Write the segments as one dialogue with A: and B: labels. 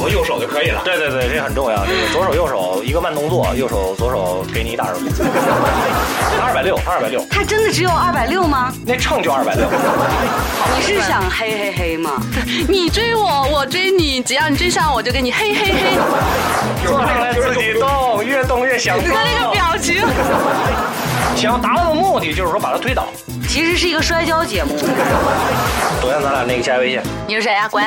A: 位了。
B: 对对对，这很重要。这个左手右手一个慢动作，右手左手给你一大耳光。二百六，二百六，
C: 他真的只有二百六吗？
B: 那秤就二百六。
C: 你是想嘿嘿嘿吗？
D: 你追我，我追你，只要你追上我就给你嘿嘿嘿，
B: 坐上来自己动，越动越想动
D: 你。看那个表情，
B: 想达到的目的就是说把它推倒。
C: 其实是一个摔跤节目。
B: 昨天咱俩那个加微信，
D: 你是谁啊呀、滚！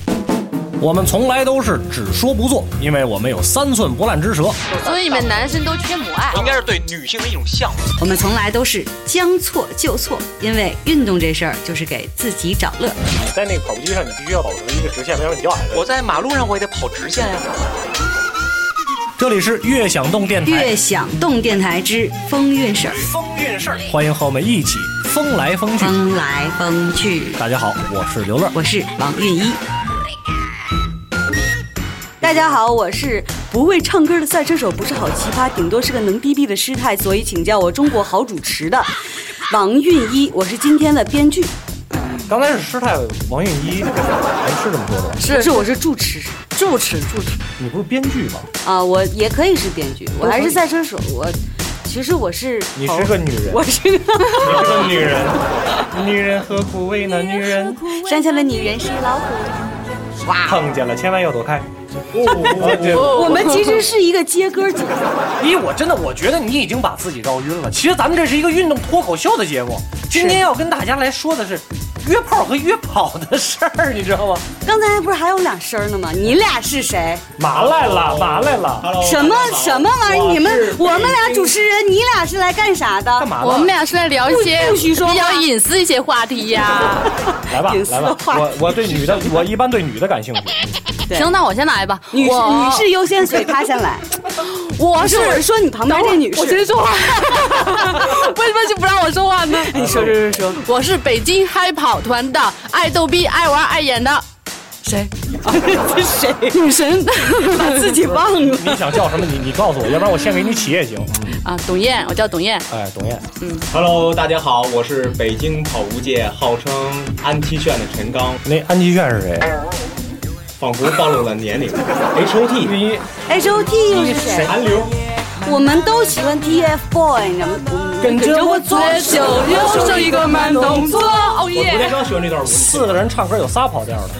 A: 我们从来都是只说不做，因为我们有三寸不烂之舌。
D: 所以你们男生都缺母爱。
E: 应该是对女性的一种向往。
C: 我们从来都是将错就错，因为运动这事儿就是给自己找乐。
B: 在那个跑步机上，你必须要保持一个直线，不然你掉矮了。
E: 我在马路上我也得跑直线呀、
A: 这里是悦享动电台，
C: 悦享动电台之风韵事儿，
A: 风韵事儿，欢迎和我们一起风来风去。
C: 风来风去。
A: 大家好，我是刘乐。
C: 我是王韵一，
F: 大家好，我是不会唱歌的赛车手，不是好奇葩，顶多是个能逼逼的师太，所以请叫我中国好主持的王韵一，我是今天的编剧，
A: 刚才是师太王韵一，哎，是这么说的吧？
F: 是是我是主持
D: 住持住持，
A: 你不是编剧吗？
F: 啊，我也可以是编剧，我还是赛车手，我其实我是
A: 你是个女人，
F: 我是个
A: 你是个女人，哦 女人何苦为难女人？
F: 山下的女人是老虎。
A: 碰见了千万要躲开。哦
F: 我们其实是一个接歌节目，
A: 一，哎我真的我觉得你已经把自己绕晕了。其实咱们这是一个运动脱口秀的节目，今天要跟大家来说的是约炮和约跑的事儿，你知道吗？
F: 刚才不是还有俩声儿呢吗？你俩是谁？
A: 马来了，马来了，
F: 什么什么玩意儿？你们我们俩主持人，你俩是来干啥的？
A: 干嘛
D: 我们
A: 呢？
D: 俩是来聊一些
F: 不不许说话
D: 比较隐私一些话题呀、
A: 来吧
F: 隐，私
A: 来吧，
F: 话
A: 我我对女的，我一般对女的感兴趣。
F: 对
D: 行，那我先来吧。
F: 女士
D: 我
F: 女士优先，所以她先 来。
D: 我
F: 不是，
D: 是
F: 我是说你旁边
D: 等会
F: 这
D: 儿
F: 女士。
D: 我先说话， 为什么就不让我说话呢？
F: 你说说说说，
D: 我是北京嗨跑团的，爱逗逼、爱玩、爱演的。谁？
F: 这 谁
D: 女神
F: 把自己忘了？
A: 你想叫什么？你你告诉我，要不然我先给你起也行。
D: 啊，董燕，我叫董燕。
A: 哎，董燕，
G: Hello，大家好，我是北京跑步界号称安七炫的陈刚，
A: 那安吉炫是谁？
G: 仿佛暴露了年龄。H O T
A: 一
F: H O T 又是谁？
G: 哎韩流，
F: 我们都喜欢 T F Boy，你知道吗？我们跟着我左手右手一个慢动作。
D: 哦
G: 我不太
A: 哎
D: 耶！
G: 刚学那段舞。
A: 四个人唱歌有仨跑调的，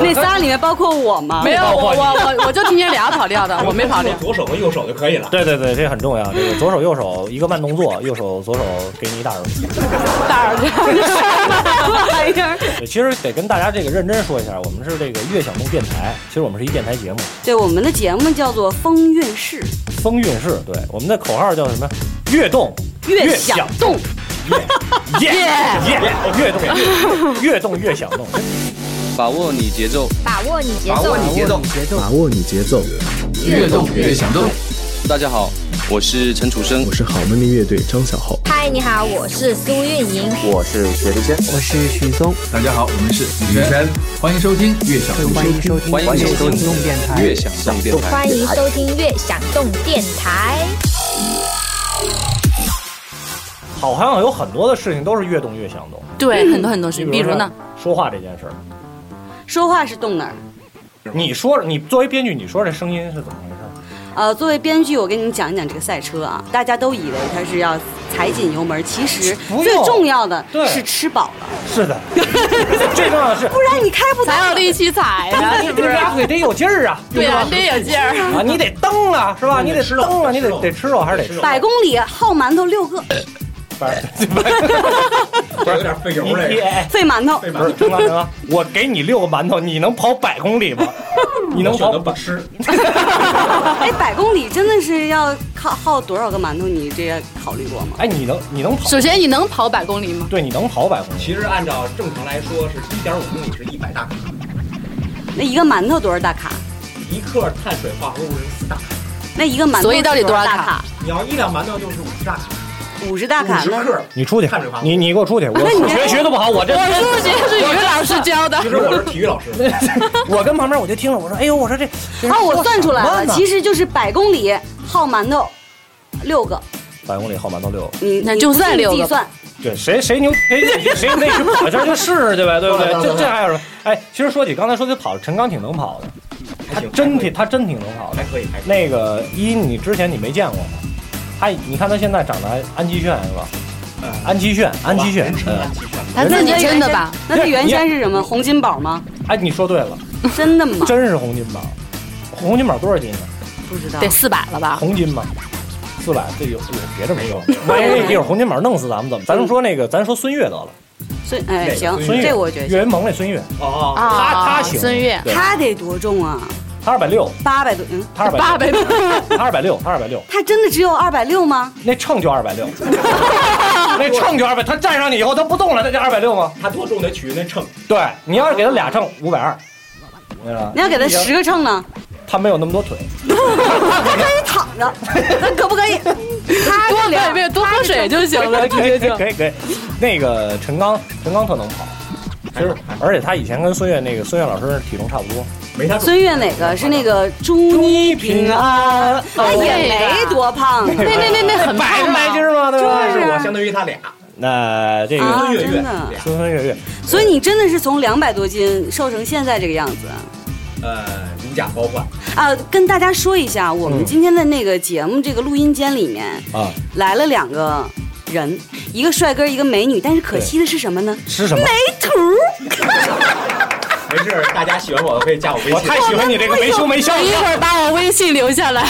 F: 那仨里面包括我吗？
D: 没有我我我我就听见俩跑调的，我没跑调。
G: 左手和右手就可以 了。
B: 对对对，这很重要。这个左手右手一个慢动作，右手左手给你一大耳光。
D: 大耳
F: 什么玩意儿？
B: 对其实得跟大家这个认真说一下，我们是这个悦享动电台，其实我们是一电台节目，
F: 对，我们的节目叫做《风韵事
B: 风韵事。对，我们的口号叫什么？悦动，
F: 悦
B: 享
F: 享动》，
B: 耶耶，悦动，悦动越享动。
H: 把握你节奏，
I: 把握你节
H: 把
I: 奏
H: 握，你节奏，
J: 把握你节奏，
H: 越动越想动。大家好，我是陈楚生
J: 我，是好妹妹乐队张小浩。
I: 嗨，你好，我是苏运莹。
H: 我是薛之谦，
J: 我是许嵩，
G: 大家好，我们是女神，欢迎收听《月享
J: 欢迎收听
H: 欢迎收听越想动电台。
I: 欢迎收听《悦享动电台》。
B: 好像有很多的事情都是越动越想动，
D: 对，很多很多事，嗯比如
B: 说
D: 呢？
B: 说话这件事儿，
F: 说话是动哪儿？
B: 你说你作为编剧，你说这声音是怎么回事？
F: 呃，作为编剧，我跟你们讲一讲这个赛车啊，大家都以为它是要踩紧油门，其实
B: 不用
F: 最重要的
B: 对
F: 是吃饱了，
B: 是 的，最重要 的是
F: 不然你开不
D: 咱有
F: 了。
D: 力气踩呀， 是不
B: 这
D: 哎是？
B: 俩腿得有劲儿啊，
D: 对呀，
B: 吧？
D: 得有劲儿。
B: 啊，你得蹬啊，是吧？你得蹬啊，你得得吃肉还是得吃？
F: 百公里耗馒头六个，
G: 有点费油
B: 你
G: 嘞。
B: 哎，
F: 费馒头。
B: 不是，陈哥，陈哥，我给你六个馒头，你能跑百公 里吗？你能
G: 选
B: 跑
G: 择？不吃，
F: 哎，百公里真的是要靠耗多少个馒头？你这个考虑过吗？
B: 哎，你能，你能跑？
D: 首先，你能跑百公里吗？
B: 对，你能跑百公里？
G: 其实按照正常来说是一点五公里是一百大卡，
F: 那一个馒头多少大卡？
G: 一克碳水化合物是四大卡。
F: 那一个馒头
D: 所以到底
F: 是多
D: 多少
F: 大
D: 卡
F: 卡？
G: 你要一两馒头就是五十大卡，
F: 五十大
G: 五
F: 卡
G: 十
F: 那
G: 克。
B: 你出去
G: 碳水化，合物
B: 你你给我出去！我
F: 那
B: 数
F: 你
B: 学学的不好，我这
D: 我数学是语文老师教的
G: 其。实我是体育老师，
B: 我跟旁边我就听了，我说，哎呦，我说这
F: 啊哦，我算出来了，其
B: 实
F: 实就是百公里耗馒头六个，
B: 百公里号码都六。
F: 你
D: 那
F: 你
D: 就
F: 不信
D: 算六
F: 你
D: 个
F: 计算，
B: 对，谁谁牛哎谁谁那去跑一圈就试试去呗，对不对？这这还有什么？哎，其实说起刚才说起跑，陈刚挺能跑的，他真嗯挺他真挺能跑的
G: 还。可以，还可以。
B: 那个一，你之前你没见过吗？他，你看他现在长得还安七炫是吧？
G: 嗯
B: 安七炫，安七炫，嗯，
D: 他自己真的吧？
F: 那他原先是什么？洪金宝 吗？
B: 哎，你说对了，
F: 真的吗？
B: 真是洪金宝。洪金宝多少斤啊？
F: 不知道
D: 得。四百了吧？
B: 红金吗？四百，这有有别这么说，万一一会儿洪金宝弄死咱们怎么？咱就说那个，咱说孙悦得了，
F: 所以哎，行，
B: 孙悦，
F: 这我觉
B: 岳
F: 得
B: 云鹏那孙悦，
G: 哦，
D: 啊
G: 哦
B: 他他行，
D: 孙悦
B: 对
F: 他得多重啊？
B: 他二百六，
F: 八百多，嗯，
B: 他二百
D: 八百多，
B: 他二百六，他二百六，
F: 他真的只有二百六吗？
B: 那秤就二百六，那秤就二百，他站上去以后他不动了，那就二百六吗？
G: 他多重得取那秤，
B: 对，你要是给他俩秤，五百二，对吧
F: 你要给他
B: 一样
F: 十个秤呢？
B: 他没有那么多腿，
F: 他可以躺着，他可不可以？他
D: 多
F: 这
D: 别
F: 俩
D: 别多喝水就行了，直
B: 可
D: 接
B: 以可以
D: 就
B: 可以可以，哎那个陈刚，陈刚特能跑，其实而且他以前跟孙悦那个孙悦老师体重差不多。
G: 没他重。
F: 孙悦哪个是那个祝你平啊安？他也没多胖啊，
D: 那那那那很
B: 百
D: 胖
B: 来
D: 吗
B: 斤？儿吗？对吧？
G: 但是我相当于他俩，
B: 那这
F: 啊
B: 个
G: 孙悦
F: 真的
G: 俩，
B: 孙孙悦悦，
F: 所以你真的是从两百多斤瘦成现在这个样子
G: 呃，如假包换。
F: 啊！跟大家说一下，我们
B: 嗯
F: 今天的那个节目这个录音间里面
B: 啊
F: 来了两个人，一个帅哥，一个美女，但是可惜的是什么呢？
B: 吃什么？
F: 没图。
G: 没事儿，大家喜欢我的可以加我微
B: 我
G: 信。
B: 太喜欢你这个没羞没笑
D: 一
B: 的。
D: 会儿把我微信留下来。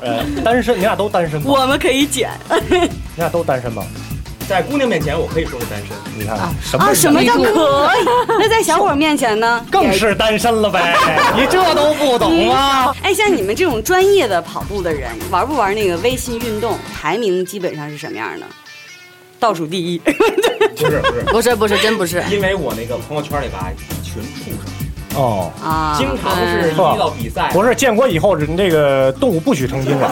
B: 呃，单身，你俩都单身吗？
F: 我们可以剪
B: 你俩都单身吗？
G: 在姑娘面前，我可以说是单身。
B: 你看看什
F: 啊！
B: 么
F: 什么叫可以？那在小伙面前呢？
B: 更是单身了呗？ 你这都不懂啊吗？
F: 哎，像你们这种专业的跑步的人，玩不玩那个微信运动？排名基本上是什么样的？倒数第一。
G: 不是
D: 不
G: 不是，
D: 是不是，真不是。
G: 因为我那个朋友圈里吧，一群畜生，
B: 哦，
F: 啊，
G: 经常是一到比赛，
B: 不是，建国以后人这个动物不许成精了。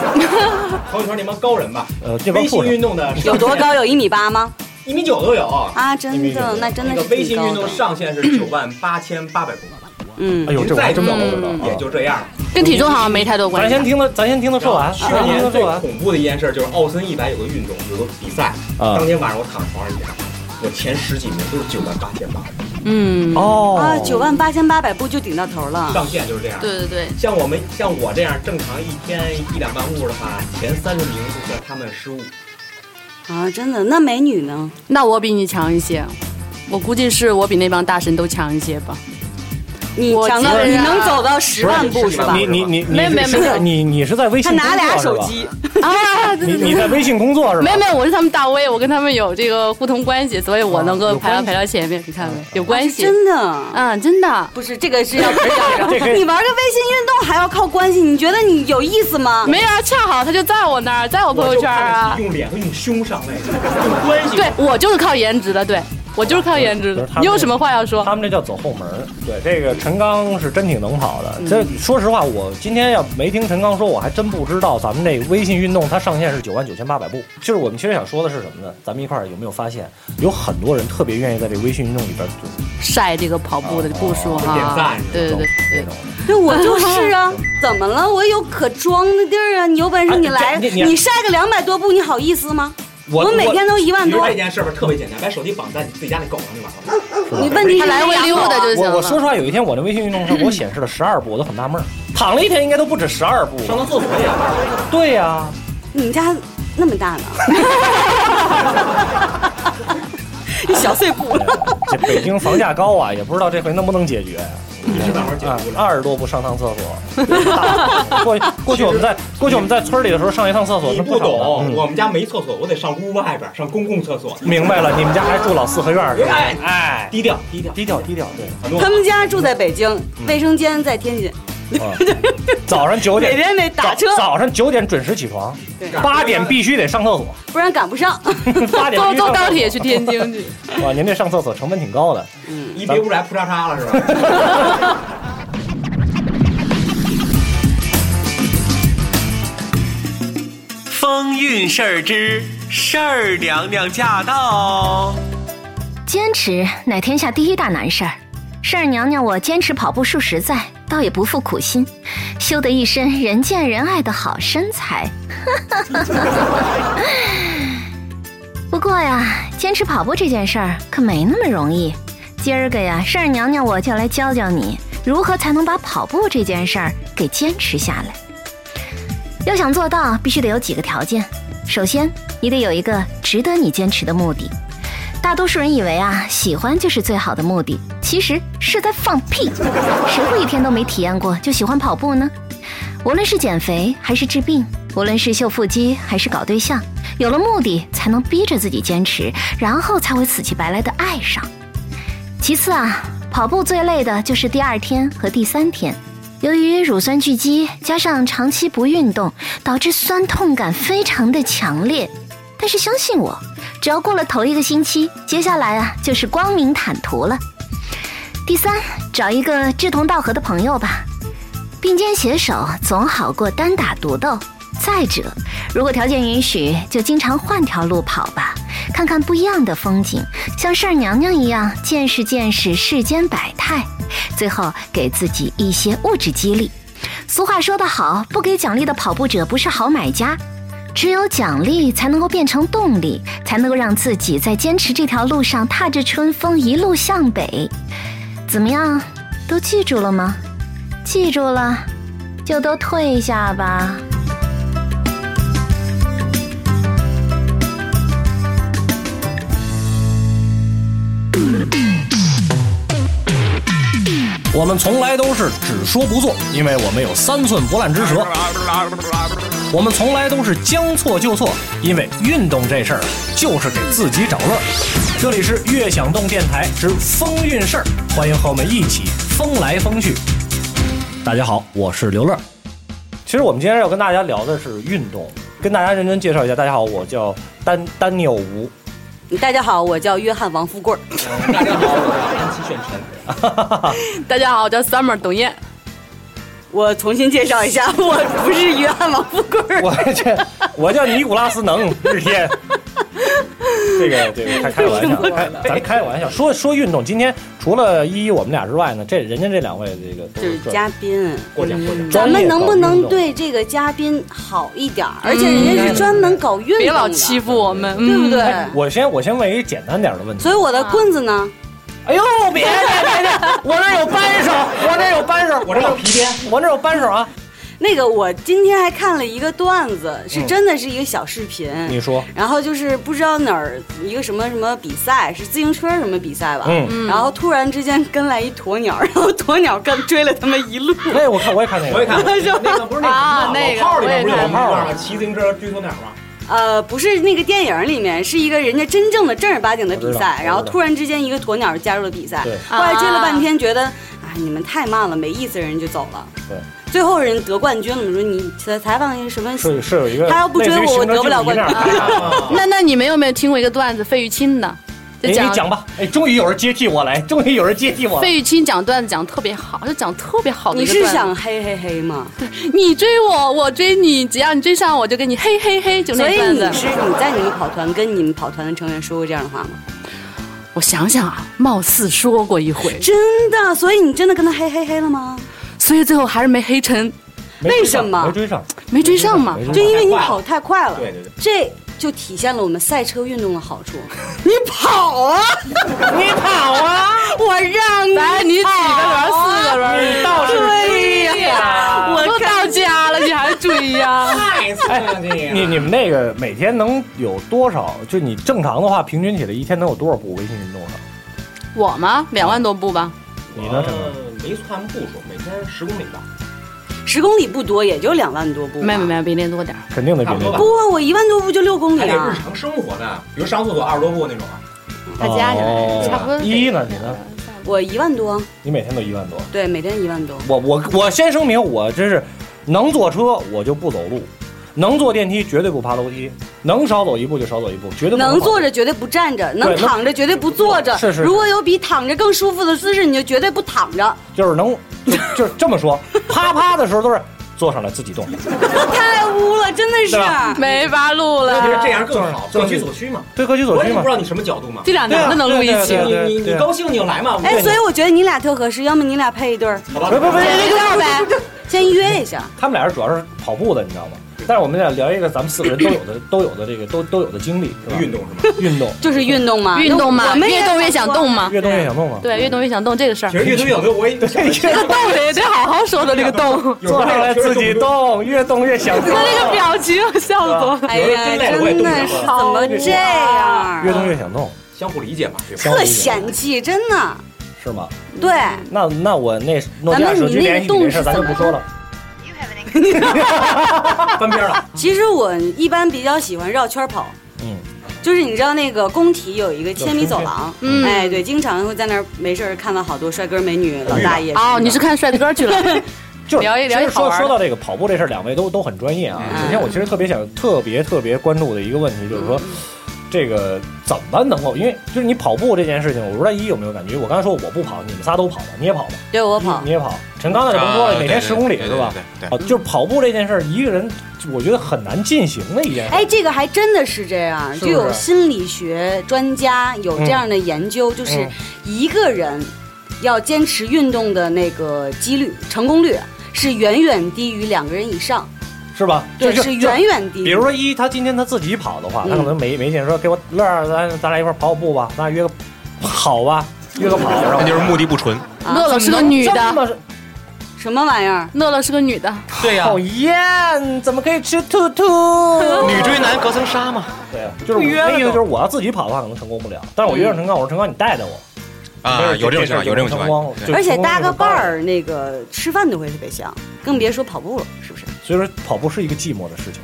G: 朋友圈那帮高人吧，
B: 呃，这帮
G: 微信
B: 畜生
G: 运动的
F: 有多高？？有一米八吗？
G: 一米九都有。
F: 啊，真
B: 1.9
F: 的，那真
G: 那
F: 的
G: 个
F: 是
G: 微信
F: 挺高
G: 运动
F: 的
G: 上限是九万八千八百公里，
F: 嗯
B: 哎，呦，这我还真不知道
G: 嗯。也就这样了。
D: 跟体重好像没太多关
B: 咱
D: 系。啊
B: 先听他，咱先听他说完。
G: 去
B: 咱先听他
G: 年最
B: 说完。
G: 恐怖的一件事就是奥森一百有个运动，有个比赛，
B: 啊
G: 当天晚上我躺床上一看，我前十几名都是九万八千八，
D: 嗯，
B: 哦
F: 啊，九万八千八百步就顶到头 了。
G: 上限就是这样。
D: 对对对，
G: 像我们像我这样正常一天一两万步的话，前三十名就算他们失误。
F: 啊，真的，那美女呢？
D: 那我比你强一些，我估计是我比那帮大神都强一些吧。
F: 你
D: 我
F: 强到
D: 基
F: 你
D: 本上
F: 能走到十万步
G: 不
F: 是
G: 是
F: 吧
G: 不
B: 你？你你你
D: 没有没有
B: 是
D: 没有
B: 你你是在微
F: 他
B: 信工
F: 拿
B: 作
F: 俩
B: 是
F: 手
B: 吧？
F: 机，
D: 啊，
B: 你你在微信工作是吧？
D: 没有没有，我是他们大 V，我跟他们有这个互通关系，所以
B: 啊
D: 我能够排到排到前面，你看没？有 关系，
F: 啊真的。
D: 嗯，真的
F: 不是这个是要
B: 这可以
F: 你玩个微信运动还要靠关系，你觉得你有意思吗？
D: 没有啊，恰好他就在我那儿，在我朋
G: 我
D: 友
G: 就
D: 圈
G: 看
D: 啊
G: 着，用脸和用胸上位，用 关系。
D: 对我就是靠颜值的，对我就是靠颜值
B: 就
D: 的
B: 是他，们
D: 你有什么话要说？
B: 他们这叫走后门儿。对，这个陈刚是真挺能跑的。
D: 嗯
B: 这说实话，我今天要没听陈刚说，我还真不知道咱们这微信运动它上限是九万九千八百步。就是我们其实想说的是什么呢？咱们一块儿有没有发现，有很多人特别愿意在这微信运动里边就
D: 晒这个跑步的步
B: 啊
D: 数
G: 哦点
D: 哈
G: 赞是吧，
D: 对对对
B: 那
D: 对
B: 种。。
F: 对，我 就是啊，怎么了？我有可装的地儿啊！你有本事你来，
B: 哎这你
F: 你晒个两百多步，你好意思吗？
B: 我
F: 每天都一万
G: 其实
F: 多
G: 这，件事儿吧特别简单，把手机绑在你自己家那狗上就完了。
F: 你问题
D: 他
F: 是
D: 来回
F: 养
D: 溜
F: 狗
D: 达
F: 啊
D: 就行
B: 我我说实
D: 了。
B: 话，有一天我那微信运动上给我显示了十二步，我都很纳闷儿。躺了一天应该都不止十二步。
G: 上趟厕所也玩，
B: 对呀、
F: 你们家那么 大呢？一小碎步了。
B: 这北京房价高啊，也不知道这回能不能解决。
G: 你是慢慢解
B: 啊
G: 读，了。
B: 二十多步上趟厕所。过过去我们在过去我们在村里的时候上一趟厕所，
G: 你
B: 那
G: 不
B: 少呢
G: 懂，
B: 嗯
G: 我们家没厕所，我得上屋外边儿上公共厕所。
B: 明白了，你们家还住老四合院儿是吧？
G: 哎
B: 哎，
G: 低调低调，
B: 低调低调，对。
G: 很多
F: 他们家住在北京，
B: 嗯
F: 卫生间在天津，
B: 早上九点
F: 每天得打
B: 早
F: 车，
B: 早上九点准时起床，八点必须得上厕所，
F: 不然赶不 上。
B: 八点必
D: 坐
B: 须上厕所
D: 坐高铁去天津去，
B: 哇，您这上厕所成本挺高的。
G: 一别屋来扑叉叉了是吧？
E: 风韵事儿之事儿娘娘驾到。
I: 坚持乃天下第一大难事儿。事儿娘娘，我坚持跑步数十载，倒也不负苦心，修得一身人见人爱的好身材。 不过呀，坚持跑步这件事儿可没那么容易。今儿个呀，事儿娘娘我就来教教你，如何才能把跑步这件事儿给坚持下来。要想做到，必须得有几个条件。首先，你得有一个值得你坚持的目的。大多数人以为啊，喜欢就是最好的目的，其实是在放屁。谁会一天都没体验过就喜欢跑步呢？无论是减肥还是治病，无论是秀腹肌还是搞对象，有了目的才能逼着自己坚持，然后才会死乞白赖的爱上。其次啊，跑步最累的就是第二天和第三天，由于乳酸聚集加上长期不运动，导致酸痛感非常的强烈。但是相信我，只要过了头一个星期，接下来啊就是光明坦途了。第三，找一个志同道合的朋友吧，并肩携手总好过单打独斗。再者，如果条件允许，就经常换条路跑吧，看看不一样的风景，像事儿娘娘一样见识见识世间百态。最后，给自己一些物质激励。俗话说得好，不给奖励的跑步者不是好买家。只有奖励才能够变成动力，才能够让自己在坚持这条路上踏着春风一路向北。怎么样，都记住了吗？记住了，就都退一下吧。
B: 我们从来都是只说不做，因为我们有三寸不烂之舌。我们从来都是将错就错，因为运动这事儿啊就是给自己找乐儿。这里是悦享动电台之风韵事儿，欢迎和我们一起风来风去。大家好，我是刘乐。其实我们今天要跟大家聊的是运动，跟大家认真介绍一下。大家好，我叫丹丹尼尔吴。
F: 大家好，我叫约翰王富贵。
G: 大家好，我是安七炫晨。
D: 大家好，我叫 Summer 董燕。
F: 我重新介绍一 下，我不是约翰王富贵。
B: 我这 我叫尼古拉斯能日天。这个这个开开玩笑，开咱开玩笑说说运动。今天除了依依我们俩之外呢，这人家这两位这个都
F: 就是
B: 专
F: 嘉宾，
B: 过奖过奖。
F: 咱们能不
B: 专业
F: 能
B: 搞运动
F: 对这个嘉宾好一点儿？而且人家是专门搞运动的，
D: 别老欺负我们，嗯
F: 对不对？
B: 哎我先我先问一个简单点的问题
F: 所。以我的棍子
D: 啊
F: 呢？
B: 哎呦，别别别别！我这有扳手，我这有扳手，我这有皮鞭，我这有扳手啊！
F: 那个，我今天还看了一个段子，是
B: 嗯
F: 真的是一个小视频。
B: 你说
F: 然后就是不知道哪儿一个什么什么比赛，是自行车什么比赛吧？
B: 嗯
F: 然后突然之间跟来一鸵鸟，然后鸵鸟跟追了他们一路。
B: 那哎我看我也看那个，
G: 我也看过，
F: 是
G: 那个不是那
D: 啊
G: 老
D: 那个
G: 炮儿里面不是有
D: 我
G: 一
D: 也看
G: 段吗？骑自行车追鸵鸟吗？
F: 呃，不是那个电影里面，是一个人家真正的正儿八经的比
B: 我知道
F: 赛，然后突然之间一个鸵鸟加入了比赛
B: 对，
F: 后来追了半天，觉得啊你们太慢了，没意思，人就走了。
B: 对，
F: 最后人得冠军了，我说你采采访一个什么？
B: 是是有一个，啊
F: 他要不追我我得不了冠军
D: 那那你们有没有听过一个段子？费玉清的，就
B: 哎，
D: 讲
B: 你讲吧，哎，终于有人接替我来，终于有人接替我来。
D: 费玉清讲段子讲得特别好，就讲特别好的
F: 你
D: 一个
F: 是
D: 段子。
F: 想嘿嘿嘿吗？
D: 你追我，我追你，只要你追上我就跟你嘿嘿嘿，就
F: 所
D: 那
F: 以
D: 段
F: 你
D: 子。
F: 是你在你们跑团跟你们跑团的成员说过这样的话吗？
B: 嗯
D: 我想想啊，貌似说过一回，
F: 真的，所以你真的跟他嘿嘿嘿了吗？
D: 所以最后还是没黑成，
B: 没追
F: 为什
B: 上
F: 么
B: 没追上？
D: 没追上嘛。
B: 没追
F: 就
B: 上
F: 因为你跑太快了。
G: 对对对。
F: 这就体现了我们赛车运动的好处。你跑啊！
B: 你跑啊！
F: 我让你
D: 来，你几个轮儿？
F: 跑
D: 四
F: 啊
D: 个轮儿，你
B: 倒是
F: 对呀，
D: 我
F: 我
D: 都到家了，你还啊追呀？
G: 太刺激
B: 你你们那个每天能有多少？就你正常的话，平均起来一天能有多少步微信运动上？
D: 我吗？两万多步吧。
B: 你呢，陈哥？
G: 我呃没算步数，每天十公里吧。
F: 十公里不多，也就两万多步。
D: 没有没有，比那多点儿。
B: 肯定得比那
G: 差
B: 多
G: 不多
F: 不啊，我一万多步就六公里
G: 还得日
F: 啊。
G: 常生活呢，比如上厕所二十多步那种啊。
D: 他加起来差不多得
B: 哦一呢？你呢？
F: 我一万多，
B: 你每天都一万多？
F: 对，每天一万多。
B: 我我我先声明，我真是能坐车我就不走路，能坐电梯绝对不爬楼梯，能少走一步就少走一步，绝对不
F: 能坐
B: 着。
F: 着绝对不站着，能
B: 对能
F: 躺着绝对不坐着。
B: 是是是
F: 如果有比躺着更舒服的姿势，你就绝对不躺着。
B: 就是能，就就是这么说，啪啪的时候都是坐上来自己动。
F: 太污了，真的是
B: 对。吧
D: 没法录
G: 那就是
D: 了。
G: 这样更好，
B: 就是
G: 各取所需嘛。
B: 对，各取所
G: 我也
B: 需
G: 不
B: 嘛
G: 知。道你什么角度嘛。
D: 这俩男的能录一期
B: 对啊对啊对啊，
G: 你你你高兴你就来嘛。
F: 哎，所
G: 以
F: 以我觉得你俩特合适，要么你俩配一对儿，
G: 好吧
B: 不，不不，
F: 这对儿呗，先约一下。
B: 他们俩人主要是跑步的，你知道吗？但是我们俩聊一个咱们四个人都有的、都有的这个、都都有的经历，是吧？运动是吗？运动
F: 就是运动嘛，
D: 运动嘛，
F: 我们也
D: 越动越想动嘛，
B: 越动越想动嘛。啊
D: 对，越动越想动这个事儿。
G: 其实越动越想动，我也这
D: 这个动的也得好好说的这个动，
B: 坐下来自己动，越动越想
D: 他
B: 动。
D: 那个表情笑死我了。
F: 哎呀，真的是怎么这样？
B: 越动越想动，
G: 相互理解嘛，这
B: 相互
F: 特
B: 理解
F: 嫌弃，真的。
B: 是吗？
F: 对，
B: 那那我那诺基亚手机联系你这事儿咱就不说了。 翻篇了，
F: 其实我一般比较喜欢绕圈跑，
B: 嗯，
F: 就是你知道那个工体有一个千米走 廊，
D: 嗯
F: 哎，对，经常会在那儿没事儿看到好多帅哥美女、老大爷。
B: 嗯
D: 哦，你是看帅哥 去了？
B: 就是
D: 聊一聊一
B: 其实
D: 好
B: 说
D: 玩的
B: 说到这个跑步这事儿，两位都都很专业啊。
F: 嗯
B: 首先，我其实特别想特别特别关注的一个问题就是说，
D: 嗯
B: 这个怎么能够？因为就是你跑步这件事情，我不知道一有没有感觉。我刚才说我不跑，你们仨都跑了，你也跑吧，
F: 对我
D: 啊
F: 跑
B: 你，也跑。陈刚那就甭说了，每天十公里是吧？
E: 啊对
B: 啊，就是跑步这件事儿，一个人我觉得很难进行的一件事。
F: 哎，这个还真的是这样，
B: 是不
F: 就是有心理学专家有这样的研究，就是
B: 嗯
F: 一个人要坚持运动的那个几率成功率是远远低于两个人以上，
B: 是吧？
F: 对，
B: 就是
F: 远远低于。
B: 比如说一，他今天他自己跑的话，他可能没没劲，说给我乐儿，咱咱俩一块儿跑跑步吧，咱俩约个好吧，约个跑，然后
E: 那就是目的不纯。
F: 啊
D: 乐乐是个女
B: 这
D: 的，
B: 么
F: 什么玩意儿？
D: 乐乐是个女的，
E: 对呀
B: 讨厌，怎么可以吃兔兔？
E: 女追男隔层纱嘛。
B: 对啊，就是我那意思就是我要自己跑的话，可能成功不了，但是我约上陈刚，我说陈刚你带带我
E: 啊，有这种情况，有这种情况。 对
F: 而且搭个伴，儿，那个吃饭都会特别香，更别说跑步了，是不是？
B: 所以说跑步是一个寂寞的事情。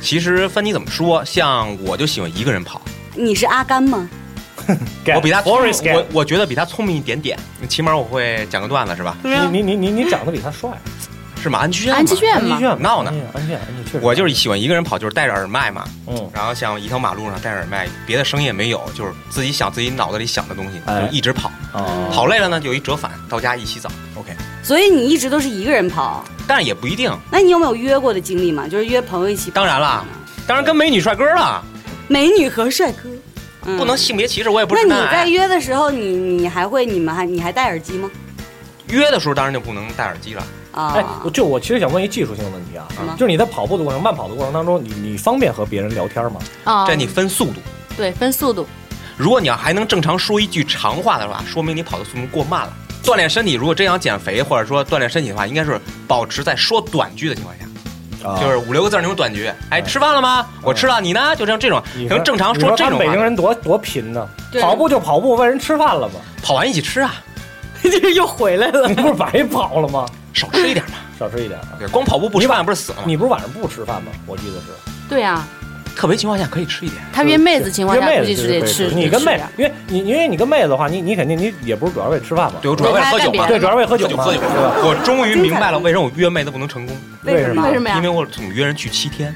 E: 其实分你怎么说，像我就喜欢一个人跑，
F: 你是阿甘吗？
E: 我比他聪
B: Boris Gay
E: 我我觉得比他聪明一点点，起码我会讲个段子是吧？
B: 你你你你你长得比他 帅，哎
E: 是吗？安居
F: 啊
D: 安
E: 居
D: 七炫嘛
B: 安。炫
E: 闹呢
B: 安炫安炫确实，
E: 我就是喜欢一个人跑，就是戴着耳麦嘛，
B: 嗯，
E: 然后像一条马路上戴着耳麦，别的声音也没有，就是自己想自己脑子里想的东西，
B: 哎
E: 就一直跑，
B: 好，
E: 跑累了呢就一折返，到家一洗澡，OK。
F: 所以你一直都是一个人跑，
E: 但是也不一定，
F: 那你有没有约过的经历吗？就是约朋友一起跑？
E: 当然啦，当然跟美女帅哥了，
F: 美女和帅哥，嗯
E: 不能。性别歧视，我也不
F: 那
E: 是
F: 你
E: 男
F: 在
E: 癌。
F: 约的时候，你你还会你们还你还戴耳机吗？
E: 约的时候当然就不能戴耳机了，
B: 哎
F: 啊，
B: 我，就我其实想问一技术性的问题啊
F: 什么，
B: 就是你在跑步的过程、慢跑的过程当中，你你方便和别人聊天吗？
F: 哦
D: 啊，
E: 这你分速度。
D: 对分速度，
E: 如果你要还能正常说一句长话的话，说明你跑的速度过慢了。锻炼身体，如果真想减肥或者说锻炼身体的话，应该是保持在说短句的情况下，
B: 啊
E: 就是五六个字儿那种短句。哎，
B: 嗯
E: 吃饭了吗？我吃
A: 嗯
E: 了，你呢？就这样这种，
B: 你
E: 可
B: 看
E: 能正常
B: 你
E: 说这
B: 他们
E: 种
B: 北京
E: 话，
B: 人多多贫呢，
F: 对
B: 跑步就跑步，问人吃饭 了吧？
E: 跑完一起吃啊，
F: 就是又回来 了。
B: 你不是白跑了吗？
E: 少吃一点嘛。
B: 少吃一点啊。
A: 嗯
E: 对，光跑步不吃饭不是死了吗？
B: 你不是晚上不吃饭吗？我记得是
D: 对啊呀，
E: 特别情况下可以吃一点。
D: 他约妹子情况
B: 约
D: 下
B: 妹
D: 估
B: 子
D: 计
B: 其
D: 是
B: 实
D: 得
B: 可以
D: 吃。
B: 你跟妹
D: 是啊，
B: 因为你因为你跟妹子的话，你你肯定你也不是主要为了吃饭吧？
E: 对，我主要为了喝酒嘛。
B: 对，主要为了喝
E: 喝
B: 酒
E: 酒，
B: 嘛，
E: 喝酒。
B: 对吧？
E: 我终于明白了为什么我约妹子不能成功，
B: 为什么
D: 为什么呀
E: 因为？我总约人去七天。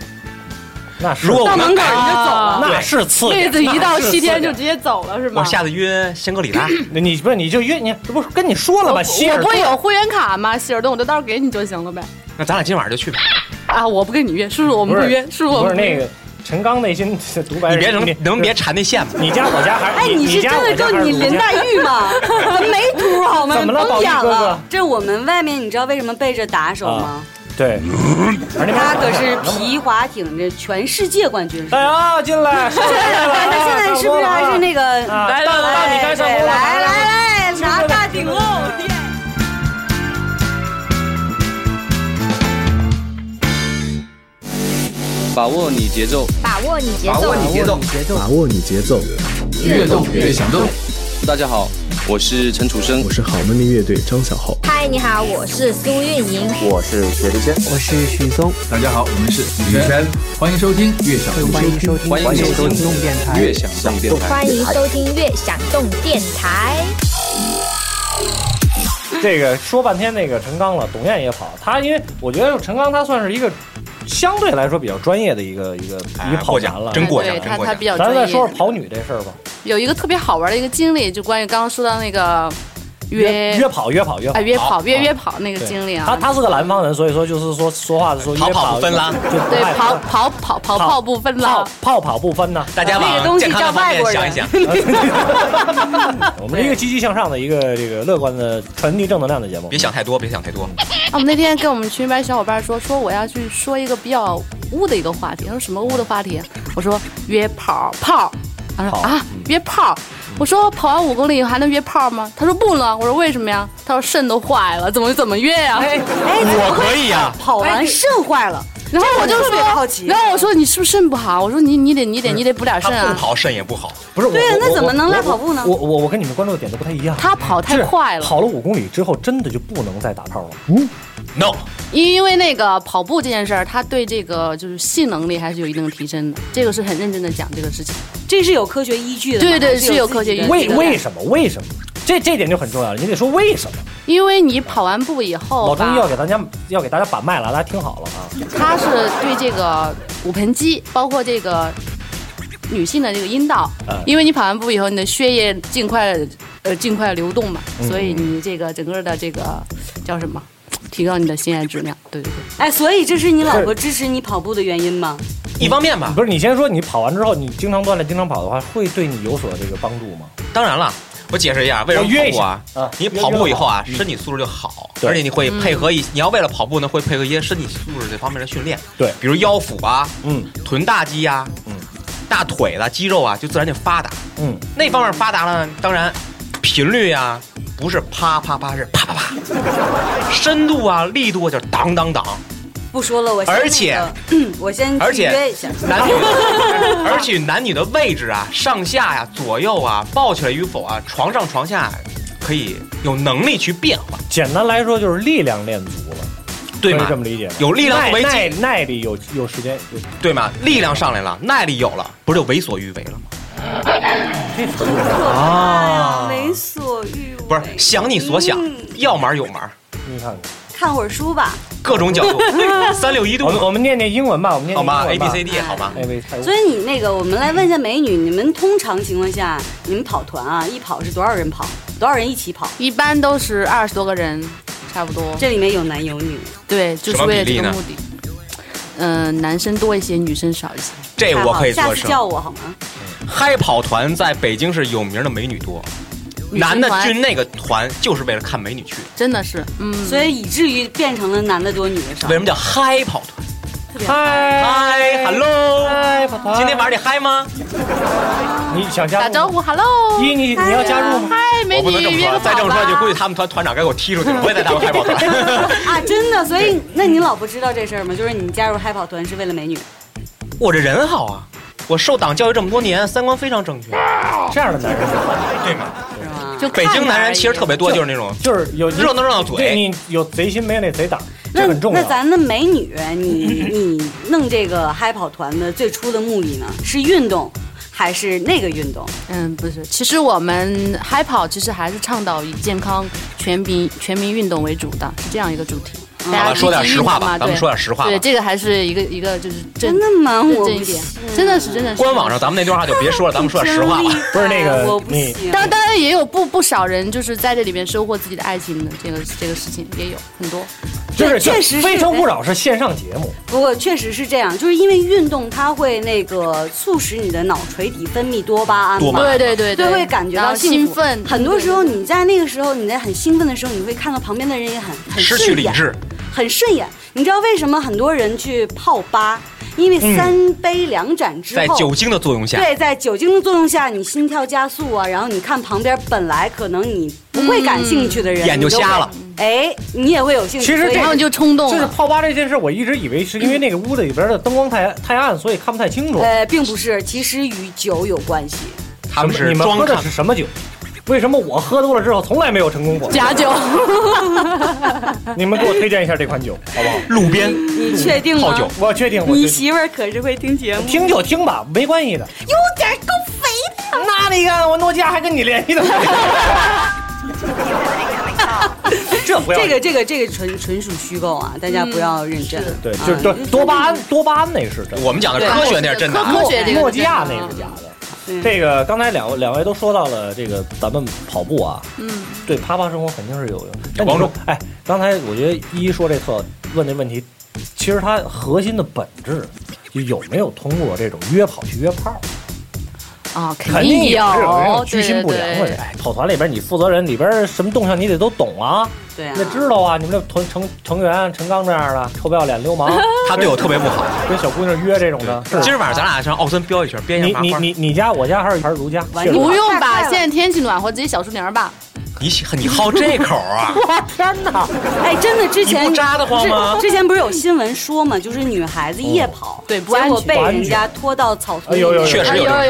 B: 那是
E: 如果我
D: 到
E: 能
D: 门口
E: 赶
D: 人就走了，
B: 那是次
D: 妹子一到七天就直
B: 接，
D: 接走了是吗？
E: 我下次约香格里拉，
B: 你不是你就约你这不是跟你说了
D: 我
B: 吧？希尔
D: 我
B: 顿
D: 不是有会员卡吗？希尔顿，我就到时候给你就行了呗。
E: 那咱俩今晚上就去吧。
D: 啊，我不跟你约，叔叔我们
B: 不
D: 不
B: 是
D: 约，叔叔我
B: 不是
D: 们
B: 那
D: 约
B: 个陈刚内心 独白
E: 你
B: 是，
E: 别能能别缠那线吗？
B: 你家我家还
F: 哎，
B: 你
F: 你是
B: 家
F: 真的
B: 我家还
F: 就是你
B: 我
F: 林
B: 家
F: 黛玉吗？咱 没图
D: 啊
F: 好吗？
B: 怎么了
F: 甭演
B: 宝玉哥哥
F: 了这我们外面你知道为什么背着打手吗？
B: 对，而且
F: 他可是皮划艇这全世界冠军。
B: 哎呀进来，上来了
F: 他哎 现在是不是还是那个？
B: 啊 来了
F: 哎
B: 到你该上
F: 对
B: 工了
F: 来
B: 来
F: 来来，拿
B: 来
F: 大顶喽！
H: 把握你节奏，
I: 把握你节
H: 把
I: 奏
H: 握，你节奏，
J: 把握你节奏，
I: 越动
H: 越想动。大家好，我是陈楚生
J: 我，是好妹妹乐队张小浩。
I: 嗨，你好，我是苏运莹。
H: 我是薛之谦，
J: 我是许嵩，
K: 大家好，我们是李泉，欢迎收听《乐享动
J: 欢迎收听
H: 欢迎收听越想动电台。
I: 欢迎收听悦享动电台。
B: 这个说半天那个陈刚了，董燕也跑，他因为我觉得陈刚他算是一个相对来说比较专业的一个一个一个
E: 哎
B: 跑
E: 过
B: 男
E: 奖
B: 了。
E: 真过奖
D: 对
E: 真
D: 他
E: 过
D: 他
E: 奖
D: 比较
B: 咱
D: 专
B: 再
D: 业。
B: 说说跑女这事儿吧，
D: 有一个特别好玩的一个经历，就关于刚刚说到那个约
B: 约跑约跑约跑
D: 啊约跑约约跑那个
B: 对
D: 经历啊。
B: 他他是个南方人，所以说就是说说话的时候约
E: 跑跑不分啦
B: 就
D: 对
B: 哎
D: 跑跑跑
B: 跑
D: 跑跑步分了，
B: 泡跑不分呐。
E: 大家
D: 那个
E: 往
D: 东西
E: 健康
D: 叫
E: 的方
D: 外
E: 面
D: 国
E: 想
D: 人
E: 一想。
B: 我们是一个积极向上的一个这个乐观的传递正能量的节目。
E: 别想太多，别想太多。
D: 啊，我们那天跟我们群里边小伙伴说，说我要去说一个比较污的一个话题。他说什么污的话题？我说约炮炮。他说啊约炮。我说跑完五公里还能约炮吗？他说不了。我说为什么呀？他说肾都坏了，怎么怎么约呀？
E: 我可以啊呀、
F: 哎跑完肾坏了，
D: 然后我就
F: 特
D: 说
F: 别好奇，
D: 然后我说你是不是肾不好？我说你你得你得你得补点
E: 他
D: 肾啊
E: 不。跑肾也不好，
B: 不是，
F: 对
B: 我
F: 啊那
B: 我
F: 怎么
B: 我
F: 能赖
B: 我
F: 跑步呢
B: 我我我跟你们关注的点都不太一样。
D: 他跑太
B: 是
D: 快了
B: 跑了五公里之后，真的就不能再打炮了。嗯，
E: ，no，
D: 因因为那个跑步这件事儿，他对这个就是性能力还是有一定的提升的，这个是很认真的讲这个事情。
F: 这是有科学依据的吗，
D: 对对
F: 还
D: 是有
F: 自己
D: 科学
F: 的
D: 依据
B: 为
D: 对
B: 为什么？为什么？这这点就很重要了，你得说为什么。
D: 因为你跑完步以后
B: 老
D: 吧，
B: 中医要给大家要给大家把脉了，大家听好了啊。
D: 它是对这个骨盆肌，包括这个女性的这个阴道，
B: 嗯
D: 因为你跑完步以后，你的血液尽快呃尽快流动嘛，
B: 嗯
D: 所以你这个整个的这个叫什么，提高你的性爱质量。对对对，
F: 哎，所以这是你老婆支持你跑步的原因吗？
E: 一方面吧。
B: 不是，你先说，你跑完之后，你经常锻炼、经常跑的话，会对你有所这个帮助吗？
E: 当然了，我解释一下为什么
B: 我约
E: 跑
B: 一
E: 步啊
B: 下啊。
E: 你
B: 约
E: 跑步以后啊，
B: 约好
E: 身体素质就好，嗯
B: 对
E: 而且你会配合一，你要为了跑步呢，会配合一些身体素质这方面的训练，
B: 对，
E: 比如腰腹啊、
B: 嗯
E: 臀大肌啊、
B: 嗯
E: 大腿的肌肉啊，就自然就发达。
B: 嗯，
E: 那方面发达了，当然频率啊，不是啪啪啪，是啪啪啪， 深度啊、力度啊，就是当当当。
F: 不说了，我先
E: 而且
F: 那个嗯我先
E: 而
F: 去
E: 且
F: 约一下。
E: 男 女，而且男女的位置啊，上下呀、左右啊，抱起来与否啊，床上床下，可以有能力去变化，
B: 简单来说就是力量练足了，
E: 对
B: 可
E: 吗
B: 以这？么理解吗？
E: 有力量
B: 耐
E: 为
B: 耐
E: 基，
B: 耐力有有时间，有
E: 对吗？力量上来了，耐力有了，不是就为所欲为了吗？
F: 啊，为所欲哎为。
E: 不是想你所想，要门儿有门儿，
B: 你看看。
F: 看会儿书吧。
E: 各种角度，三六一度
B: 我，们我们念念英文吧，我们念
E: 好
B: 念英文
E: 吗
B: 吧
E: ？A B C D 好吗？
B: 哎喂，太
F: 所以你那个，我们来问一下美女，你们通常情况下，你们跑团啊，一跑是多少人跑？多少人一起跑？
D: 一般都是二十多个人，差不多。
F: 这里面有男有女，
D: 对，就是
E: 什么
D: 为了
E: 比例
D: 这个
E: 呢
D: 目的。嗯、男生多一些，女生少一些。
E: 这哎我可以
F: 太好
E: 作
F: 了下次
E: 证。
F: 叫我好吗？
E: 嗨跑团在北京是有名的美女多，
D: 女生
E: 男的
D: 团
E: 去那个团就是为了看美女去的。
D: 真的是，嗯，
F: 所以以至于变成了男的多，女的少
E: 为。什么叫嗨跑团？
B: 嗨
E: 嗨，hello，
B: 嗨，跑团，
E: 今天晚上你嗨吗？
B: 你想加入
D: 打招呼，hello，
B: 一你你要加入吗？
D: 嗨，美
E: 我不能这
D: 女，
E: 么
D: 约
E: 说
D: 个，
E: 再这么
D: 跑
E: 说
D: 吧
E: 就估计他们团团长该给我踢出去了，不会再当嗨跑团。
F: 啊，真的，所以那你老婆知道这事儿吗？就是你加入嗨跑团是为了美女，
E: 我这人好啊，我受党教育这么多年，三观非常正确，
B: 这样的男人就好
E: 对吗？
F: 是吗？
D: 就
E: 北京男人其实特别多，
B: 就
E: 就是那种
B: 就是有
E: 热闹热闹
B: 对
E: 嘴，
B: 你有贼心没有那贼胆，
F: 那
B: 这很重要。
F: 那咱的美女，你你弄这个嗨跑团的最初的目的呢，是运动还是那个运动？
D: 嗯，不是，其实我们嗨跑其实还是倡导以健康、全民全民运动为主的，是这样一个主题。大家
E: 嗯好吧，说点
D: 积极
E: 实
D: 运
E: 话
D: 动
E: 吧，
D: 嘛
E: 咱们
D: 对
E: 说点实话吧
D: 对，。这个还是一个一个就是真
F: 真的吗？
D: 认
F: 我
D: 真一
F: 不
D: 点
F: 信，
D: 真的是真的是。
E: 官网上咱们那段话就别说了，咱们说点实话吧。
B: 不是那个
F: 我不
B: 你
F: 行。
D: 当当然也有不不少人就是在这里边收获自己的爱情的这个这个事情也有很多。
B: 就是
F: 确实是
B: 非诚勿扰是线上节目，
F: 不过确实是这样，就是因为运动它会那个促使你的脑垂体分泌多巴胺
E: 多巴
F: 嘛。
E: 胺
D: 对对对
F: 对，会感觉
D: 然
F: 到
D: 后
F: 幸
D: 兴
F: 福
D: 奋。
F: 很多时候你在那个时候，你在很兴奋的时候，你会看到旁边的人也很很啊
E: 失去
F: 顺
E: 理
F: 眼
E: 智，
F: 很顺眼。你知道为什么很多人去泡吧？因为三杯两盏之
E: 嗯在
F: 后，
E: 酒精的作用下，
F: 对，在酒精的作用下，你心跳加速啊，然后你看旁边本来可能你不会感兴趣的人，
E: 嗯眼就
F: 你都会
E: 瞎了，
F: 哎，你也会有兴趣。
B: 其实
F: 所以
B: 这
D: 然后你就冲动
B: 就是
D: 了。
B: 泡吧这件事，我一直以为是因为那个屋子里边的灯光太太暗，所以看不太清楚。
F: 呃，并不是，其实与酒有关系。
E: 他们
B: 什么
E: 是
B: 你们
E: 装
B: 喝的
E: 看
B: 是。什么酒？为什么我喝多了之后从来没有成功过？
D: 假酒，
B: 你们给我推荐一下这款酒，好不好？
E: 路 边
F: 你确定
E: 泡
F: 吗？
E: 酒，
B: 我确定，我
F: 你
B: 确定。
F: 媳妇儿可是会听节目，
B: 听就听吧，没关系的。
F: 有点够肥的。
B: 那你看，我诺基亚还跟你联系呢。这不要
F: 这
B: 脸
F: 个这个这个纯纯属虚构啊，大家
D: 嗯
F: 不要认真。
B: 对，
F: 啊
B: 就是多多巴胺，多巴胺那是真的。
E: 我们讲的
F: 对
E: 科学那是真的啊，
D: 科学这个
B: 诺基亚那是假的。
F: 嗯
B: 这个刚才两位两位都说到了这个咱们跑步啊，
F: 嗯，
B: 对啪啪生活肯定是有用。但你说，哎，刚才我觉得一一说这特问这问题，其实它核心的本质就有没有通过这种约跑去约炮，
D: 啊，
B: 肯
D: 定
B: 也是有这种
D: 有，
B: 居心不良的
D: 对
B: 人。哎，跑团里边你负责人里边什么动向你得都懂啊。
F: 对啊
B: 你得知道啊，你们这团成成员陈刚这样的臭不要脸流氓，
E: 他对我特别不好，
B: 跟小姑娘约这种的。
E: 今儿晚上咱俩上奥森飙一圈，边
B: 你
E: 上麻
B: 你
E: 花。
B: 你你家我家还是还是如家，
E: 完
D: 不用
E: 太
D: 吧，现在天气暖和，直接小树林儿吧。
E: 你喜 你好这口啊？
D: 我天哪！
F: 哎，真的，之前
D: 你不扎得慌吗哦
F: 之之前不是有新闻说嘛，就是女孩子夜跑，对，
D: 不
F: 结
D: 安全哎
F: 果被人家拖到草丛里面，
D: 有有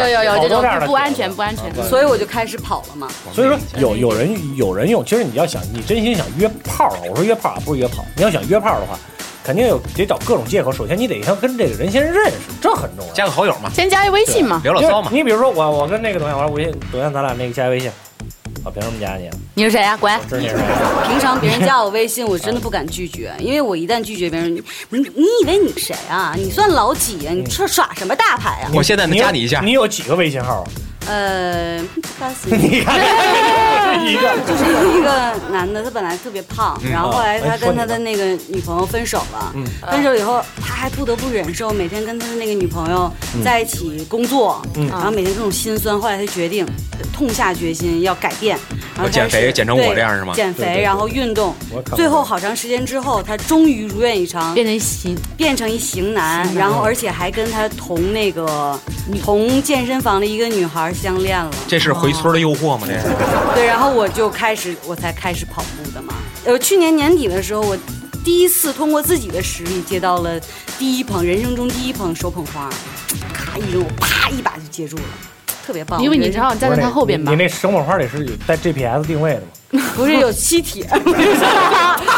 D: 有有这
B: 好多
D: 种
B: 这样的
D: 不安全不安全。
F: 所以我就开始跑了嘛。
B: 所以说有有人有人用，其实你要想你真心想约炮啊，我说约炮啊不是约炮，你要想约炮的话，肯定有得找各种借口。首先你得先跟这个人先认识，这很重要。
E: 加个好友嘛，
D: 先加一微信
F: 啊
D: 嘛，
B: 因为你比如说我我跟那个董燕，我说微信，董燕咱俩那个加微信，啊，凭什么加你啊？
D: 你是谁呀？滚！
B: 知道 你是谁？
F: 平常别人加我微信，我真的不敢拒绝，因为我一旦拒绝别人，你你你以为你谁啊？你算老几呀、
D: 嗯
F: 你耍耍什么大牌啊？
B: 一下。你有几个微信号啊？
F: 呃，不告诉
B: 你看 一个
F: 就是一个男的，他本来特别胖，
B: 嗯
F: 然后后来他
B: 哎说
F: 跟
B: 你
F: 他
B: 吧
F: 的那个女朋友分手了，
B: 嗯
F: 分手以后他还不得不忍受每天跟他的那个女朋友
B: 嗯
F: 在一起工作，
E: 嗯
F: 然后每天各种心酸。后来他决定痛下决心要改变，然后
E: 我减
F: 开始
E: 肥减成我
F: 对
E: 这样是吗
F: 减
E: 对对
F: 肥，
E: 对
F: 然后运动
E: 我看，过
F: 最后好长时间之后，他终于如愿以偿，变
D: 成一型，
F: 变成一型男，然后而且还跟他同那个
E: 嗯
F: 同健身房的一个女孩相恋了。
E: 这是回村的诱惑吗？这是。
F: 对，然后我就开始，我才开始跑步的嘛。呃，去年年底的时候，我第一次通过自己的实力接到了第一捧人生中第一捧手捧花，咔一扔，我啪一把就接住了，特别棒。
D: 因为你
F: 知道
D: 站在他后边吧
B: 你那生猛花里是有带 GPS 定位的吗？
F: 不是有吸铁，
D: 啊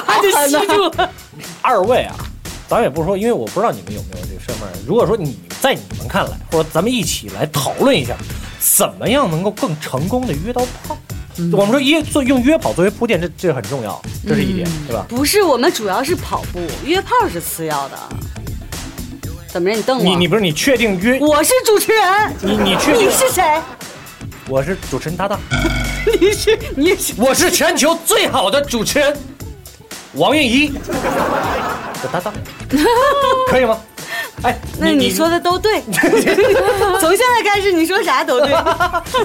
F: 他就吸住了。
B: 啊 二位啊，咱们也不说，因为我不知道你们有没有这个身份。如果说你在你们看来，或者咱们一起来讨论一下，怎么样能够更成功的约到炮？
D: 嗯
B: 我们说约做用约跑作为铺垫，这这很重要，这是一点，
D: 嗯
B: 对吧？
F: 不是，我们主要是跑步，约炮是次要的。怎么着？你瞪我？
B: 你你不是你确定约？
F: 我是主持人。
B: 你 你确定
F: 你是谁？
B: 我是主持人搭档，
F: 你是你是
A: 我是全球最好的主持人王韵一
B: 的搭档，可以吗？哎，
F: 那
B: 你
F: 你说的都对， 从现在开始你说啥 都对。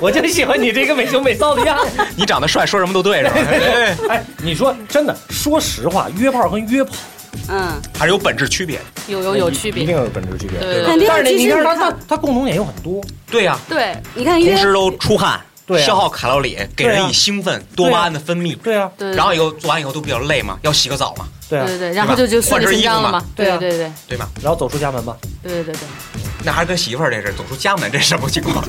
B: 我就喜欢你这个美胸美骚的样 子。
E: 你长得帅，说什么都对是吧？
B: 哎，你说真的，说实话，约炮跟约跑
F: 嗯，
E: 还是有本质区别。
D: 有
B: 一定有本质区别。
D: 对
E: 肯定
B: 但是
E: 其
B: 你
E: 实
B: 你看
E: 你
B: 它
E: 看
B: 它它共同点有很多，
E: 对呀，
D: 对，
F: 你看
E: 同时都出汗，
B: 对啊
E: 消耗卡路里，给人以兴奋、多巴胺的分泌。
B: 对啊，
D: 对
F: 嗯
E: 然后以后做完以后都比较累嘛，要洗个澡嘛。
B: 对啊
D: 对对，然后就就顺理成章了嘛。对对对啊
E: 对嘛，
B: 然后走出家门吧，
D: 对对对对。
E: 那还是跟媳妇儿这是走出家门，这是什么情况？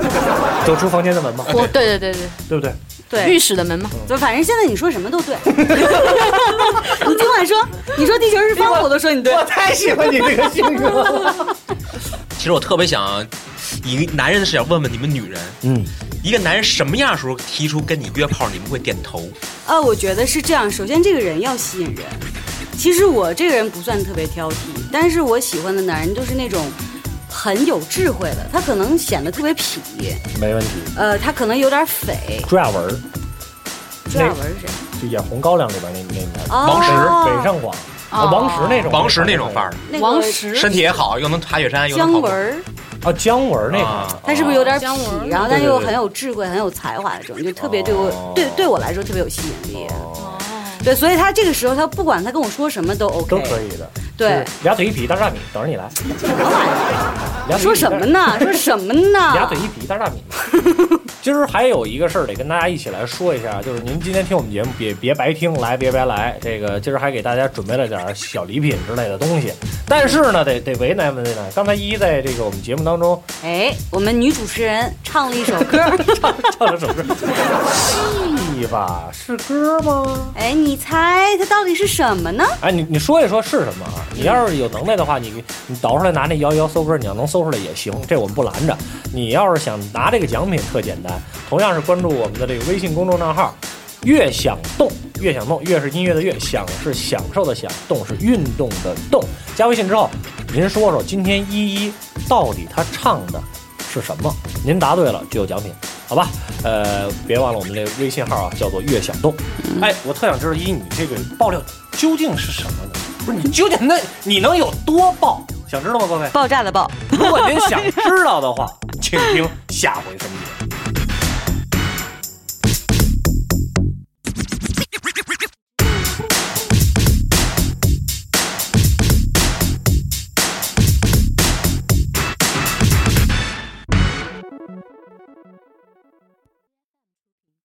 B: 走出房间的门吧，
D: 我对对对对
B: 对不 对？
F: 对，
D: 浴室的门嘛。
F: 就反正现在你说什么都对。你今晚说，你说地球是方，我都说你对。我
B: 太喜欢你这个性格了。
E: 其实我特别想以男人的视角问问你们女人，
B: 嗯，
E: 一个男人什么样的时候提出跟你约炮，你们会点头？
F: 啊，我觉得是这样。首先，这个人要吸引人。其实我这个人不算特别挑剔，但是我喜欢的男人就是那种很有智慧的。他可能显得特别痞，
B: 没问题。
F: 呃，他可能有点匪。
B: 朱亚文儿，
F: 朱亚文是谁？
B: 就演《红高粱》里边那那女孩子，
F: 哦王石
B: 北上广，啊王石
D: 哦
B: 那种，
E: 王石那种范儿的，
F: 那个王石
E: 身体也好，又能爬雪山，又
F: 姜
E: 能跑
F: 文
E: 步。
F: 儿，
B: 啊，姜文那
E: 啊
B: 种，
F: 他是不是有点痞？然后但
B: 对对
F: 又
B: 对哦
F: 很有智慧、很有才华的这种，就特别对我对对我来说特别有吸引力。对，所以他这个时候他不管他跟我说什么都 OK，
B: 都可以的。
F: 对
B: 就是俩腿一劈，大炸米，等着你来。俩腿一劈
F: 说什 么呢？说什么呢？
B: 俩腿一劈，大炸 米。今儿还有一个事儿得跟大家一起来说一下，就是您今天听我们节目别别白听，来别白来。这个今儿还给大家准备了点儿小礼品之类的东西，但是呢，得得为难为难。刚才依依在这个我们节目当中
F: 哎，我们女主持人唱了一首 歌，
B: 唱了首歌， 戏吧是歌吗？
F: 哎，你猜它到底是什么呢？
B: 哎，你你说一说是什么啊？你要是有能耐的话，你你倒出来拿那摇一摇搜歌，你要能搜出来也行，这我们不拦着。你要是想拿这个奖品，特简单，同样是关注我们的这个微信公众账号“越想动越想动”，越是音乐的越，想是享受的享，动是运动的动。加微信之后，您说说今天依依到底她唱的是什么？您答对了就有奖品，好吧？呃，别忘了我们这个微信号啊，叫做“悦享动”。哎，我特想知道一你这个爆料究竟是什么呢？不是你究竟那你能有多爆？想知道吗，各位？
F: 爆炸的爆。
B: 如果您想知道的话，请听下回分解。